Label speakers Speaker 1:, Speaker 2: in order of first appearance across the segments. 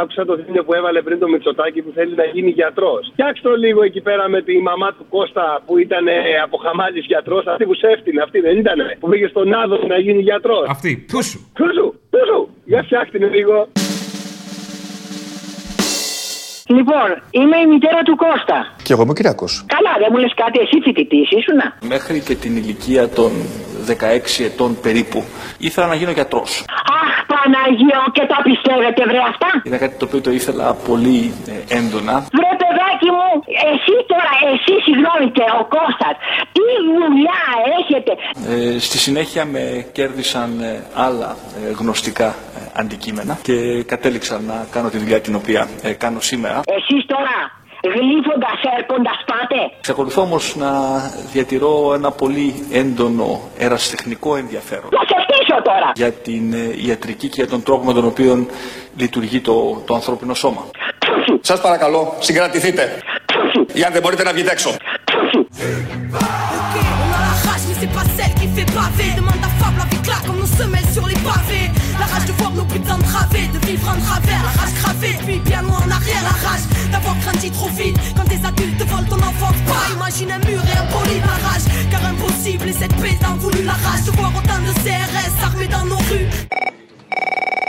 Speaker 1: Άκουσα το βίντεο που έβαλε πριν το Μητσοτάκη που θέλει να γίνει γιατρός. Φτιάξτε το λίγο εκεί πέρα με τη μαμά του Κώστα που ήταν από χαμάλι γιατρός. Αυτή που σε έφτιανε, αυτή δεν ήταν. Που πήγε στον Άδο να γίνει γιατρός.
Speaker 2: Αυτή. Πού σου.
Speaker 1: Πού σου, πού σου. Για φτιάχτε λίγο.
Speaker 3: Λοιπόν, είμαι η μητέρα του Κώστα.
Speaker 4: Και εγώ είμαι ο Κυριακός.
Speaker 3: Καλά, δεν μου λες κάτι, εσύ φοιτητής ήσουνα.
Speaker 5: Μέχρι και την ηλικία των 16 ετών περίπου ήθελα να γίνω γιατρός.
Speaker 3: Αχ, Παναγία, και τα πιστεύετε, βρε αυτά.
Speaker 5: Ήταν κάτι το οποίο το ήθελα πολύ ε, έντονα.
Speaker 3: Βρε παιδάκι μου, εσύ τώρα, εσύ συγγνώμη και ο Κώστας, τι δουλειά έχετε.
Speaker 5: Ε, στη συνέχεια με κέρδισαν ε, άλλα ε, γνωστικά ε, αντικείμενα και κατέληξα να κάνω τη δουλειά την οποία ε, κάνω σήμερα.
Speaker 3: Εσείς τώρα γλύφοντας, έρχοντας πάτε.
Speaker 5: Ξεκολουθώ όμως να διατηρώ ένα πολύ έντονο ερασιτεχνικό ενδιαφέρον
Speaker 3: Θα σε φτύσω τώρα.
Speaker 5: για την ε, ιατρική και για τον τρόπο με τον οποίο λειτουργεί το, το ανθρώπινο σώμα.
Speaker 3: Τσουσου,
Speaker 4: Σας παρακαλώ, συγκρατηθείτε.
Speaker 3: τσουσου,
Speaker 4: Ή αν δεν μπορείτε να βγείτε έξω.
Speaker 3: τσουσου.
Speaker 6: Ok, on a la rage, mais c'est pas celle qui fait pavé. Demande à Fab la vie claque comme nos semelles sur les pavés. La rage de voir nos putains de travées, de vivre en travers, la rage cravée. Puis bien loin en arrière, la rage d'avoir grandi trop vite. Quand des adultes volent ton enfant, pas imagine un mur et un poli la rage. Car impossible, et cette paix a voulu la rage de voir autant de CRS armés dans nos rues.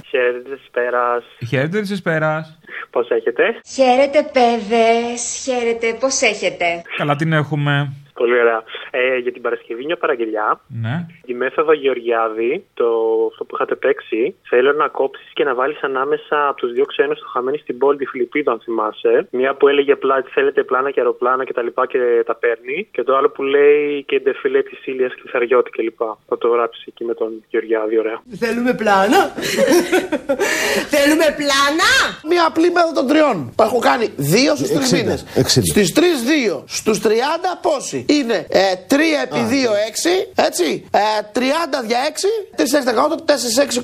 Speaker 7: Χαίρετε τη πέρα.
Speaker 2: Χαίρετε τη πέρα.
Speaker 7: Πώς έχετε.
Speaker 8: Χαίρετε παιδες, χαίρετε, πώς έχετε.
Speaker 2: Καλά την έχουμε.
Speaker 7: Πολύ ωραία. Ε, για την Παρασκευή, μια παραγγελιά.
Speaker 2: Ναι.
Speaker 7: Η μέθοδο Γεωργιάδη, το, αυτό που είχατε παίξει, θέλω να κόψεις και να βάλεις ανάμεσα από τους δύο ξένους το χαμένη στην πόλη τη Φιλιππίδα, αν θυμάσαι. Μια που έλεγε πλά, θέλετε πλάνα και αεροπλάνα και τα λοιπά και τα παίρνει. Και το άλλο που λέει και ντεφιλέ της Ήλιας Κλειθαριώτη κλπ. Θα το γράψεις εκεί με τον Γεωργιάδη, ωραία.
Speaker 9: Θέλουμε πλάνα. Θέλουμε πλάνα.
Speaker 10: Μία απλή μέθοδο των τριών. Τα έχω κάνει δύο στους τρεις μήνες. Στις τρεις δύο. Στους 30 πόσοι. Είναι ε, 3 επί 2, 6. Έτσι. Ε, 30 δια 6. 3, 6, 18,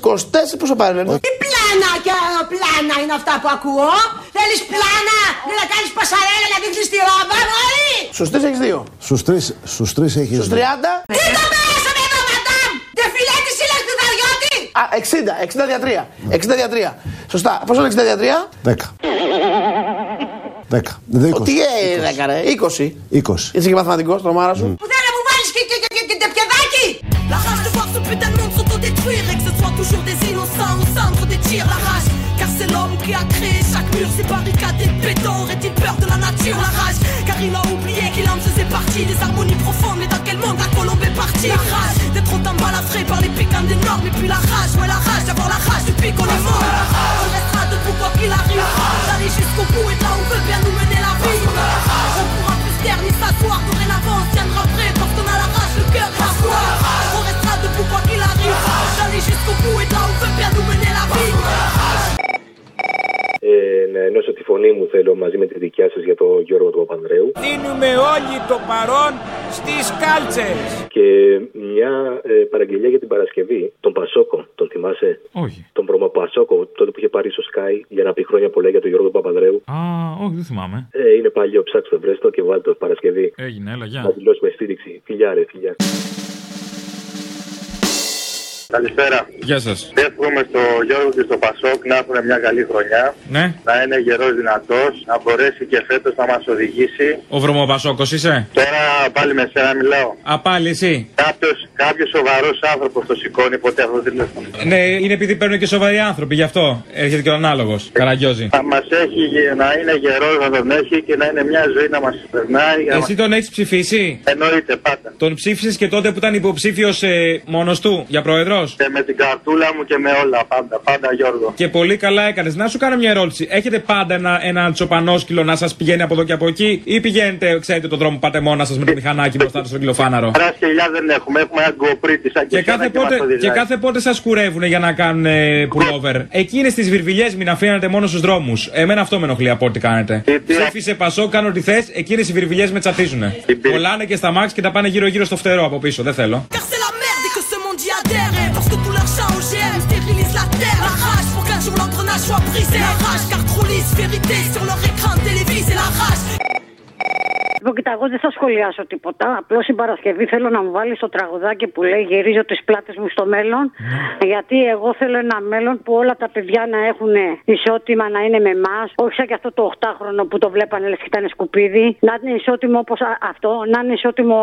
Speaker 10: 4, 6, 24. Πόσο πάρει, λένε.
Speaker 9: Τι πλάνα και αεροπλάνα είναι αυτά που ακούω. Θέλεις πλάνα, δεν να κάνεις πασαρέλα να δείξεις τη ρόμπα, μωρή.
Speaker 10: Στου 3 έχει 2.
Speaker 4: Στους τρεις στους τρεις έχεις.
Speaker 10: Στους 30.
Speaker 9: Τι το πέρασαμε εδώ, μαντάμ. Τε φιλέ της Ήλιας Κρυθαριώτη.
Speaker 10: Α, 60. 60 δια 3. 60 δια 3. Σωστά. Πόσο είναι 60 δια
Speaker 4: 10. 10. Δεν
Speaker 10: 3. Τι ε, έκανε, 20.
Speaker 4: 20.
Speaker 10: Είσαι και μαθηματικό, το μάρα σου.
Speaker 9: Που
Speaker 11: Mm.
Speaker 9: θέλει να μου βάλεις και, και, και, και, και τεπιεδάκι.
Speaker 6: La rage de voir ce putain de monde s'autodétruire et que ce soit toujours des innocents au centre des tirs. La rage, car c'est l'homme qui a créé chaque mur, ses barricades et béton. Aurait-il peur de la nature La rage, car il a oublié qu'il en faisait partie des harmonies profondes. Mais dans quel monde la colombe est partie La rage d'être autant balafré par les piquants des normes. Et puis la rage, ouais, la rage d'avoir la rage depuis qu'on est mort. On restera debout quoi qu'il arrive. D'aller jusqu'au bout et de là où veut bien nous mener la vie. On pourra plus se taire ni s'asseoir, dorénavant on se tiendra prêt parce qu'on a la rage, le cœur et la foi. On restera debout quoi qu'il arrive. D'aller jusqu'au bout et de là où veut bien nous mener la vie.
Speaker 1: Ε, να ενώσω τη φωνή μου θέλω μαζί με τη δικιά σας για τον Γιώργο του Παπανδρέου.
Speaker 9: Δίνουμε όλοι το παρόν στις κάλτσες.
Speaker 1: Και μια ε, παραγγελία για την Παρασκευή, τον Πασόκο, τον θυμάσαι.
Speaker 2: Όχι.
Speaker 1: Τον προμοπασόκο, τότε που είχε πάρει στο Sky για να πει χρόνια πολλά για τον Γιώργο του Παπανδρέου.
Speaker 2: Α, όχι, δεν θυμάμαι.
Speaker 1: Ε, είναι παλιό, ψάξτε το βρέστο και βάλτε το Παρασκευή.
Speaker 2: Έγινε, έλα, γεια.
Speaker 1: Να δηλώσουμε στήριξη. Φιλιά, ρε, φιλιά.
Speaker 7: Καλησπέρα.
Speaker 2: Γεια σας.
Speaker 7: Εύχομαι στο Γιώργο και στο Πασόκ να έχουν μια καλή χρονιά.
Speaker 2: Ναι.
Speaker 7: να είναι γερός δυνατός, να μπορέσει και φέτος να μας οδηγήσει.
Speaker 2: Ο βρωμοπασόκος είσαι.
Speaker 7: Τώρα πάλι με σένα μιλάω.
Speaker 2: Α, πάλι εσύ.
Speaker 7: Κάποιος, κάποιος σοβαρός άνθρωπος το σηκώνει ποτέ αυτό το τηλέφωνο.
Speaker 2: Ναι, είναι επειδή παίρνουν και σοβαροί άνθρωποι, γι' αυτό έρχεται και ο ανάλογος. Καραγκιόζη.
Speaker 7: Να μας έχει, γε- να είναι γερός να τον έχει και να είναι μια ζωή να μας περνάει. για να
Speaker 2: Εσύ τον έχεις ψηφίσει.
Speaker 7: μας- Εννοείται πάντα.
Speaker 2: Τον ψήφισες και τότε που ήταν υποψήφιος ε, μόνος του για πρόεδρο.
Speaker 7: Και με την καρτούλα μου και με όλα πάντα. Πάντα Γιώργο.
Speaker 2: Και πολύ καλά έκανες. Να σου κάνω μια ερώτηση. Έχετε πάντα ένα, ένα τσοπανόσκυλο να σας πηγαίνει από εδώ και από εκεί, ή πηγαίνετε, ξέρετε, τον δρόμο που πάτε μόνα σας με το μηχανάκι μπροστά στο κυλοφάναρο.
Speaker 7: Χαρά σκελιά δεν έχουμε, έχουμε ένα γκοπρίτη σαν
Speaker 2: Και
Speaker 7: σένα
Speaker 2: κάθε,
Speaker 7: μας
Speaker 2: πότε,
Speaker 7: οδηγάει.
Speaker 2: και κάθε πότε σας κουρεύουν για να κάνουν pullover. Εκείνες τις βιρβιλιές μην αφήνατε μόνο στους δρόμους. Εμένα αυτό με ενοχλεί από ό,τι κάνετε.
Speaker 7: Ε, τι-
Speaker 2: Ψήφισε πασό, κάνω ό,τι θες, εκείνες οι βιρβιλιές με τσατίζουν.
Speaker 7: πε-
Speaker 2: Κολλάνε και στα μάξ και τα πάνε γύρω-γύρω στο φτερό από πίσω. Δεν θέλω.
Speaker 6: Car c'est la merde et que ce monde y adhère Et Parce que tout l'argent OGM stérilise la terre La rage pour qu'un jour l'engrenage soit brisé La rage car trop lisse vérité sur leur écran télévisé La rage
Speaker 12: Κοίτα, Λοιπόν, εγώ δεν θα σχολιάσω τίποτα. Απλώς την Παρασκευή θέλω να μου βάλεις το τραγουδάκι που λέει Γυρίζω τις πλάτες μου στο μέλλον. Γιατί εγώ θέλω ένα μέλλον που όλα τα παιδιά να έχουν ισότιμα να είναι με εμάς. Όχι σαν και αυτό το 8χρονο που το βλέπανε λες και ήταν σκουπίδι. Να είναι ισότιμο όπως αυτό. Να είναι ισότιμο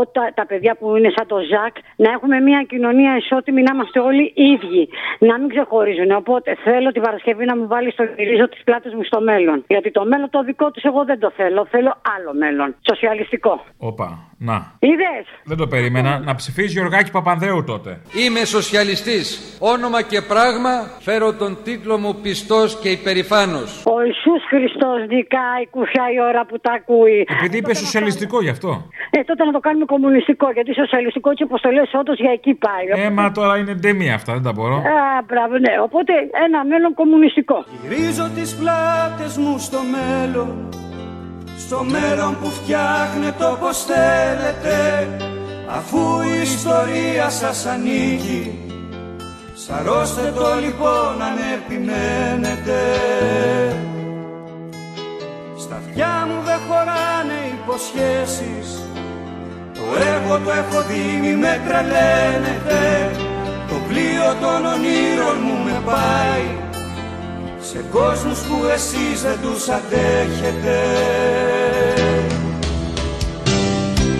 Speaker 12: όταν τα παιδιά που είναι σαν το Ζακ. Να έχουμε μια κοινωνία ισότιμη, να είμαστε όλοι ίδιοι. Να μην ξεχωρίζουν. Οπότε θέλω την Παρασκευή να μου βάλεις στο γυρίζω τις πλάτες μου στο μέλλον. Γιατί το μέλλον το δικό τους εγώ δεν το θέλω. Θέλω άλλο μέλλον. Σοσιαλιστικό.
Speaker 2: Όπα, να.
Speaker 12: Είδες.
Speaker 2: Δεν το περίμενα. Να ψηφίσει Γιωργάκη Παπανδρέου τότε.
Speaker 13: Είμαι σοσιαλιστής. Όνομα και πράγμα φέρω τον τίτλο μου πιστός και υπερηφάνος.
Speaker 12: Ο Ιησούς Χριστός νικάει, κουφιά η ώρα που τα ακούει.
Speaker 2: Επειδή είπε σοσιαλιστικό γι' αυτό.
Speaker 12: Ε, τότε να το κάνουμε κομμουνιστικό, γιατί σοσιαλιστικό έτσι όπω το λε, όντως για εκεί πάει.
Speaker 2: Ε, μα τώρα είναι ντεμία αυτά, δεν τα μπορώ.
Speaker 12: Α, μπράβο, ναι. Οπότε ένα μέλλον κομμουνιστικό.
Speaker 14: Γυρίζω τις πλάτες μου στο μέλλον Στο μέλλον που φτιάχνετε όπως θέλετε Αφού η ιστορία σας ανήκει Σαρώστε το λοιπόν αν επιμένετε Στα αυτιά μου δεν χωράνε υποσχέσεις Το έργο το έχω δει μη με τρελαίνετε Το πλοίο των ονείρων μου με πάει σε κόσμους που εσείς δεν τους αντέχετε.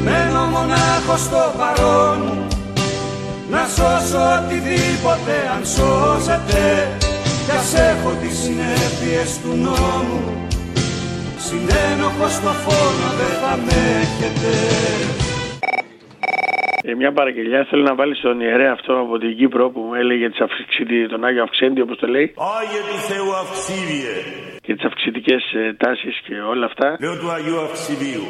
Speaker 14: Μένω μονάχο στο παρόν μου, να σώσω οτιδήποτε αν σώζεται κι ας έχω τις συνέπειες του νόμου, συνένοχος στο φόνο δεν θα μέκεται.
Speaker 15: Ε, μια παραγγελιά θέλω να βάλεις στον ιερέα αυτό από την Κύπρο που μου έλεγε τις αυξητι... τον Άγιο Αυξέντη όπως το λέει
Speaker 16: Άγιε του Θεού αυξήβιε,
Speaker 15: και τις αυξητικές ε, τάσεις και όλα αυτά
Speaker 16: λέω του Αγίου Αυξηβίου,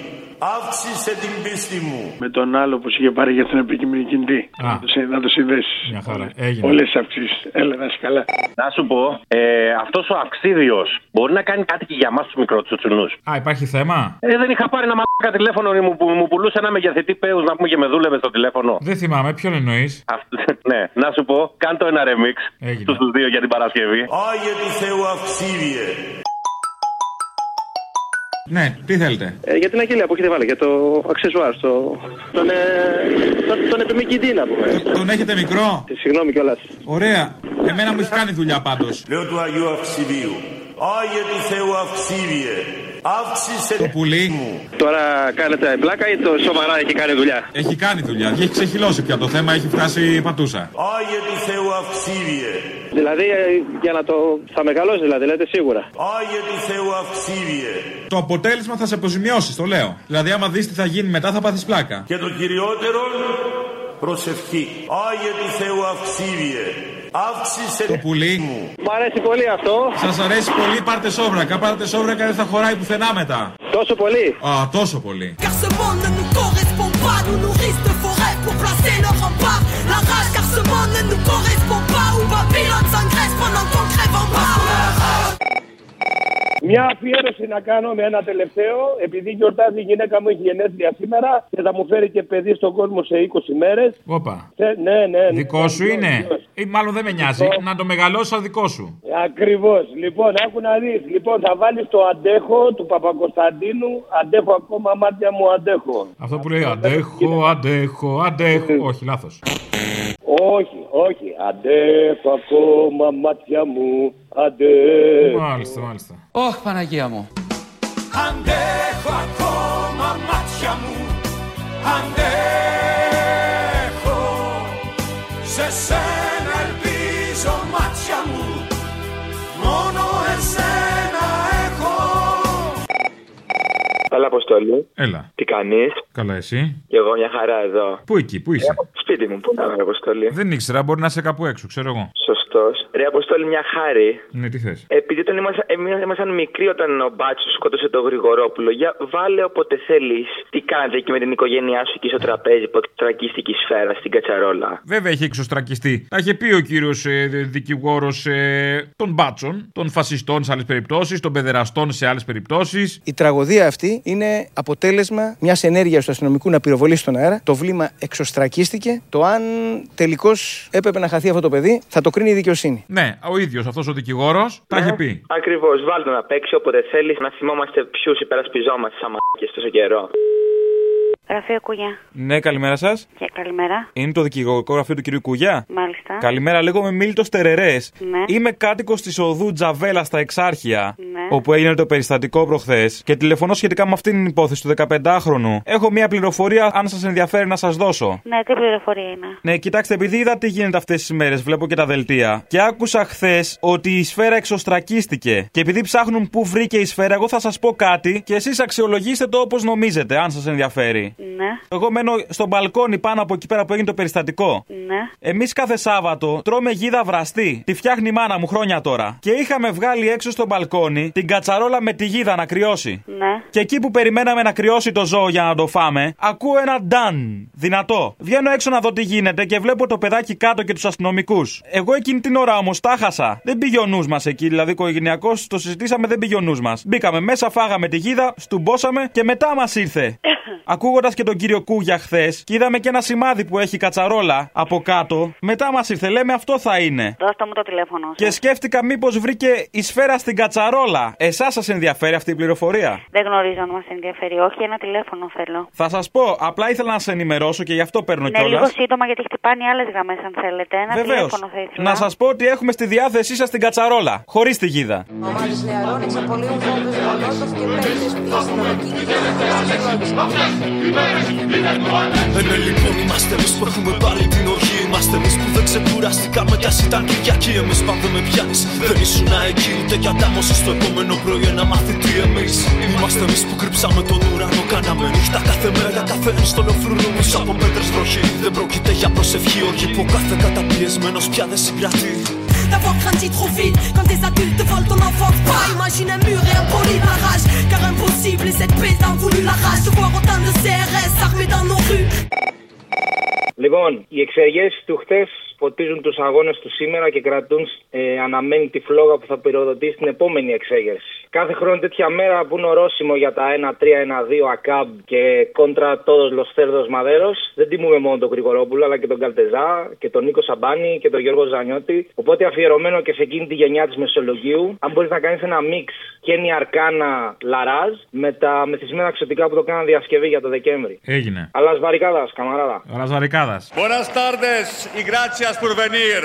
Speaker 16: αύξησε την πίστη μου.
Speaker 15: με τον άλλο που σου είχε πάρει για τον επικοινωνικητή. Ε, Να το, συ- να το συνδέσεις.
Speaker 2: Μια χαρά.
Speaker 15: Όλες τις αυξήσεις. Έλα να είσαι καλά.
Speaker 17: Να σου πω, ε, αυτός ο αξίδιο μπορεί να κάνει κάτι και για εμά του μικροτσουτσουνού.
Speaker 2: Α, υπάρχει θέμα.
Speaker 17: Ε, δεν είχα πάρει ένα μαλάκα τηλέφωνο ρε, μου, που μου πουλούσε ένα μεγεθυντή παίου να πούμε και με δούλευε στο τηλέφωνο.
Speaker 2: Δεν θυμάμαι, ποιον εννοείς.
Speaker 17: Αυτό- ναι, να σου πω, κάν το ένα remix στου δύο για την Παρασκευή.
Speaker 16: Άγιε του Θεού αυξήβιε.
Speaker 2: Ναι, τι θέλετε.
Speaker 11: Ε, για την αγγελία που έχετε βάλει, για το αξεσουάρ, στο... τον, ε, τον, τον επιμηκητή να πούμε.
Speaker 2: Τον έχετε μικρό.
Speaker 11: Συγγνώμη κιόλας.
Speaker 2: Ωραία. Εμένα μου έχει κάνει δουλειά πάντως.
Speaker 16: Λέω του Αγίου Αυξηβίου, Άγιε του Θεού αυξήβιε, αύξησε
Speaker 2: Το πουλί μου.
Speaker 11: Τώρα κάνετε πλάκα ή το σοβαρά έχει κάνει δουλειά.
Speaker 2: Έχει κάνει δουλειά. Έχει ξεχυλώσει πια το θέμα, έχει φτάσει η πατούσα.
Speaker 16: Άγιε του Θεού αυξήβιε,
Speaker 11: Δηλαδή ε, για να το. θα μεγαλώσει, δηλαδή λέτε σίγουρα.
Speaker 16: Άγιε του Θεού αυξήβιε.
Speaker 2: Το αποτέλεσμα θα σε αποζημιώσει, το λέω. Δηλαδή, άμα δεις τι θα γίνει μετά, θα πάθεις πλάκα.
Speaker 16: Και το κυριότερο, προσευχή. Άγιε του Θεού αυξήβιε, αύξησε
Speaker 2: Το πουλί μου.
Speaker 11: Μ' αρέσει πολύ αυτό.
Speaker 2: Σας αρέσει πολύ, πάρτε σόβρακα. Πάρτε σόβρακα, δεν θα χωράει πουθενά μετά.
Speaker 11: Τόσο πολύ.
Speaker 2: Α, τόσο πολύ.
Speaker 6: Car ce monde ne nous correspond pas, nous nourrissent de forêts pour placer nos remparts. La rage, car ce monde ne nous correspond pas, où Babylone s'engraisse pendant qu'on crève en bas.
Speaker 1: Μια αφιέρωση να κάνω με ένα τελευταίο, επειδή γιορτάζει η γυναίκα μου, έχει γενέθλια σήμερα και θα μου φέρει και παιδί στον κόσμο σε 20 μέρες.
Speaker 2: Όπα.
Speaker 1: Ναι, ναι, ναι.
Speaker 2: Δικό σου είναι. Ή μάλλον δεν με νοιάζει. Να το μεγαλώσει σαν δικό σου.
Speaker 1: Ακριβώς. Λοιπόν, άκου να δεις. Λοιπόν, θα βάλεις το αντέχο του Παπακοσταντίνου. Αντέχω ακόμα, μάτια μου, αντέχω.
Speaker 2: Αυτό που λέει αντέχω, αντέχω, αντέχω. Όχι, λάθος.
Speaker 1: Όχι, όχι. Αντέχω ακόμα, μάτια μου,
Speaker 11: Ε.
Speaker 1: αντέχω.
Speaker 2: Μάλιστα, μάλιστα.
Speaker 13: Ωχ, Παναγία μου.
Speaker 14: Αντέχω ακόμα μάτια μου Αντέχω Σε σένα ελπίζω μάτια μου Μόνο εσένα έχω
Speaker 18: Έλα, Αποστολή.
Speaker 2: Έλα.
Speaker 18: Τι κάνεις.
Speaker 2: Καλά, εσύ.
Speaker 18: Και εγώ μια χαρά εδώ.
Speaker 2: Πού εκεί, πού είσαι.
Speaker 18: Σπίτι μου, πού να είμαι, Αποστολή.
Speaker 2: Δεν ήξερα, μπορεί να είσαι κάπου έξω, ξέρω εγώ.
Speaker 18: Σωστό. Ρε, Αποστολή, μια χάρη.
Speaker 2: Ναι, τι θες.
Speaker 18: Επειδή όταν ήμασταν, εμείς ήμασταν μικροί όταν ο Μπάτσος σκότωσε τον Γρηγορόπουλο, για βάλε όποτε θέλεις. Τι κάνετε εκεί με την οικογένειά σου εκεί στο τραπέζι που τρακίστηκε η σφαίρα στην κατσαρόλα.
Speaker 2: Βέβαια έχει εξωστρακιστεί. Τα είχε πει ο κύριος ε, δικηγόρος ε, των μπάτσων, των φασιστών σε άλλες περιπτώσεις, των παιδεραστών σε άλλες περιπτώσεις.
Speaker 19: Η τραγωδία αυτή είναι αποτέλεσμα μιας ενέργειας του αστυνομικού να πυροβολήσει στον αέρα. Το βλήμα εξωστρακίστηκε. Το αν τελικώς έπρεπε να χαθεί αυτό το παιδί θα το κρίνει η δικαιοσύνη.
Speaker 2: Ναι, ο ίδιος αυτός ο δικηγόρος τα έχει πει.
Speaker 18: Ακριβώς, βάλτε να παίξει όποτε θέλεις να θυμόμαστε ποιους υπερασπιζόμαστε σαν μαλάκες τόσο καιρό.
Speaker 12: Γραφείο Κουγιά.
Speaker 2: Ναι, καλημέρα σας.
Speaker 12: Και καλημέρα.
Speaker 2: Είναι το δικηγορικό γραφείο του κυρίου Κουγιά.
Speaker 12: Μάλιστα.
Speaker 2: Καλημέρα, λέγομαι Μίλτος Τερερές.
Speaker 12: Ναι.
Speaker 2: Είμαι κάτοικος της οδού Τζαβέλα στα Εξάρχεια,
Speaker 12: Ναι.
Speaker 2: όπου έγινε το περιστατικό προχθές και τηλεφωνώ σχετικά με αυτήν την υπόθεση του 15χρονου. Έχω μία πληροφορία, αν σας ενδιαφέρει να σας δώσω.
Speaker 12: Ναι, τι πληροφορία είναι.
Speaker 2: Ναι, κοιτάξτε, επειδή είδα τι γίνεται αυτές τις μέρες, βλέπω και τα δελτία. Και άκουσα χθες ότι η σφαίρα εξωστρακίστηκε. Και επειδή ψάχνουν πού βρήκε η σφαίρα, εγώ θα σας πω κάτι και εσείς αξιολογήστε το όπως νομίζετε, αν σας ενδιαφέρει.
Speaker 12: Ναι.
Speaker 2: Εγώ μένω στο μπαλκόνι πάνω από εκεί πέρα που έγινε το περιστατικό.
Speaker 12: Ναι.
Speaker 2: Εμείς κάθε Σάββατο τρώμε γίδα βραστή. Τη φτιάχνει η μάνα μου χρόνια τώρα. Και είχαμε βγάλει έξω στο μπαλκόνι την κατσαρόλα με τη γίδα να κρυώσει.
Speaker 12: Ναι.
Speaker 2: Και εκεί που περιμέναμε να κρυώσει το ζώο για να το φάμε, ακούω ένα νταν. Δυνατό. Βγαίνω έξω να δω τι γίνεται και βλέπω το παιδάκι κάτω και τους αστυνομικούς. Εγώ εκείνη την ώρα όμως τα χάσα. Δεν πήγε ο νους μας εκεί, δηλαδή οικογενειακό, το συζητήσαμε, δεν πήγε ο νους μας. Μπήκαμε μέσα, φάγαμε τη γίδα, στουμπόσαμε και μετά μας ήρθε. Ακούγοντας και τον κύριο Κούγια χθες, και είδαμε και ένα σημάδι που έχει κατσαρόλα από κάτω, μετά μας ήρθε, λέμε αυτό θα είναι.
Speaker 12: Δώστε μου το τηλέφωνο.
Speaker 2: Και σκέφτηκα μήπως βρήκε η σφαίρα στην κατσαρόλα. Εσάς σας ενδιαφέρει αυτή η πληροφορία.
Speaker 12: Δεν γνωρίζω αν μας ενδιαφέρει. Όχι, ένα τηλέφωνο θέλω.
Speaker 2: Θα σας πω, απλά ήθελα να σε ενημερώσω και γι' αυτό παίρνω
Speaker 12: Ναι, λίγο
Speaker 2: κιόλα.
Speaker 12: σύντομα γιατί χτυπάνε άλλες γραμμές αν θέλετε. Ένα τηλέφωνο θα ήθελα.
Speaker 2: Να σας πω ότι έχουμε στη διάθεσή σας την κατσαρόλα, χωρίς τη γίδα.
Speaker 9: Ομάδες νεαρών εξαπολύουν βόμβες Μολότοφ και παίκτες
Speaker 20: Εμεί λοιπόν είμαστε εμείς που έχουμε πάρει την οργή. Είμαστε εμείς που δεν ξεκουραστήκαμε κι α ήταν Κυριακή. Εμεί πάντα με πιάνεις. Δεν ήσουν εκεί ούτε κι αντάμωση στο επόμενο πρωί. Ένα μαθητή εμείς. Είμαστε εμείς που κρύψαμε τον ουρανό. Κάναμε νύχτα κάθε μέρα. Κάθε ένα στον οφρούνο μου από πέτρε βροχή. Δεν πρόκειται για προσευχή. Όχι που ο κάθε καταπιεσμένος πια δεν συγκρατεί.
Speaker 6: D'avoir grandi trop vite Quand des adultes volent ton enfant Pas imagine un mur et un poli de la rage Car impossible et cette paix a voulu la rage De voir autant de CRS armés dans nos rues
Speaker 21: Λοιπόν, οι εξεργέσεις του χτε ποτίζουν τους αγώνες του σήμερα και κρατούν ε, αναμένη τη φλόγα που θα πυροδοτεί στην επόμενη εξέγερση. Κάθε χρόνο τέτοια μέρα που είναι ορόσημο για τα 1-3-1-2 ΑΚΑΜ και κόντρα τόδος Λοστέρδο Μαδέρος, δεν τιμούμε μόνο τον Γρηγορόπουλο αλλά και τον Καλτεζά και τον Νίκο Σαμπάνη και τον Γιώργο Ζανιώτη. Οπότε αφιερωμένο και σε εκείνη τη γενιά της Μεσολογγίου, αν μπορείς να κάνεις ένα μίξ Κένι Αρκάνα Λαράζ με τα μεθυσμένα ξωτικά που το κάναν διασκευή για το Δεκέμβρη.
Speaker 2: Έγινε.
Speaker 21: Αλλά σβαρικάδα, καμαράδα.
Speaker 2: Ραζαρικάδα.
Speaker 16: Buenas tardes y gracias por venir.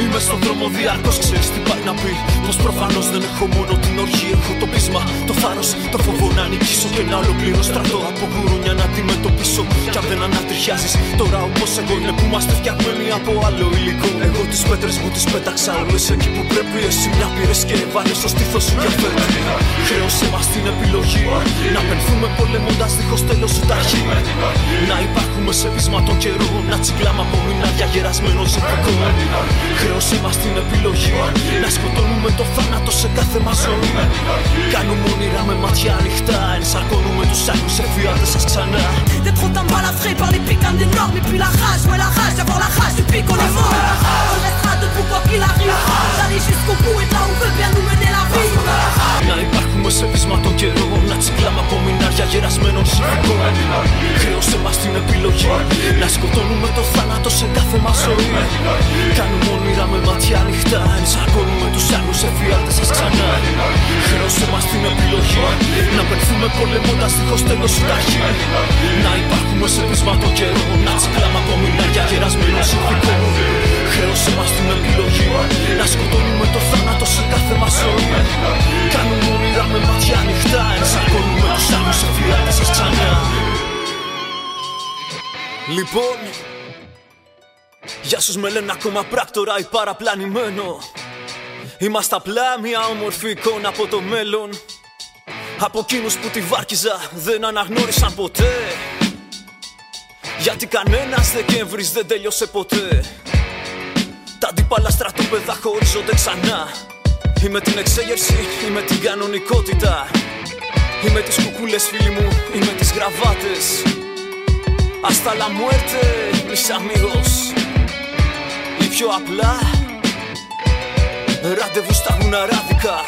Speaker 20: Είμαι στον δρόμο διαρκώς, ξέρεις τι πάει να πει. Πως προφανώς δεν έχω μόνο την οργή, έχω το πείσμα. Το θάρρος, το φόβο να νικήσω και να ολοκληρώ στρατό. Από γουρούνια να αντιμετωπίσω. Κι αν δεν ανατριχιάζεις, τώρα όπως εγώ είναι που είμαστε φτιαγμένοι από άλλο υλικό. Εγώ τις πέτρες μου τις πέταξα όλες εκεί που πρέπει. Εσύ μια πήρες και έβαλες στο στήθος σου και φέρε. Χρέωσε μας την επιλογή. Να πενθούμε πολεμώντας δίχως τέλος ουταχή. Να υπάρχουμε σε πείσμα των καιρών. Να τσιγκλάμε από μηνάδια γερασμένο ζητικό. Χρέωσε μας την επιλογή. Να σκοτώνουμε το θάνατο σε κάθε μας ζωή. Κάνουμε όνειρα με μάτια ανοιχτά. Ενσαρκώνουμε τους άλλου εφιάλτε σας ξανά.
Speaker 6: D'être autant balafré par les piquants des normes Et puis la rage, ouais la rage d'avoir la rage depuis qu'on est mort On restera debout quoi qu'il arrive D'aller jusqu'au bout et de là où veut bien nous mener la vie
Speaker 20: Να υπάρχουμε σε πείσμα των καιρών. Να τσιγκλάμε από μηνάρια γερασμένων συνεχών. Χρέωσε μα την επιλογή. Να σκοτώνουμε το θάνατο σε κάθε μας ζωή. Κάνουμε όνειρα με μάτια ανοιχτά. Ενσαρκώνουμε τους άλλους εφιάλτε σας ξανά. Χρέωσε μας την επιλογή. Να πενθούμε πολεμώντας δίχως τέλος συνταχή. Να υπάρχουμε σε πείσμα των καιρών. Να τσιγκλάμε από μηνάρια γερασμένων συνεχών. Χρέωσε μας την επιλογή. Να σκοτώνουμε το θάνατο σε κάθε μας ζωή. Κάνουμε όνειρα με μάτια ανοιχτά Ενσαρκώνουμε τους άλλους εφιάλτες σας ξανά Λοιπόν Γεια σας με λένε ακόμα πράκτορα ή παραπλανημένο Είμαστε απλά μια όμορφη εικόνα από το μέλλον Από εκείνους που τη βάρκιζα δεν αναγνώρισαν ποτέ Γιατί κανένας Δεκέμβρης δεν τέλειωσε ποτέ Τα αντίπαλα στρατόπεδα χωρίζονται ξανά Είμαι την εξέγερση, είμαι την κανονικότητα Είμαι τις κουκούλες φίλοι μου, είμαι τις γραβάτες Hasta la muerte, mis amigos Ή πιο απλά Ραντεβού στα γουναράδικα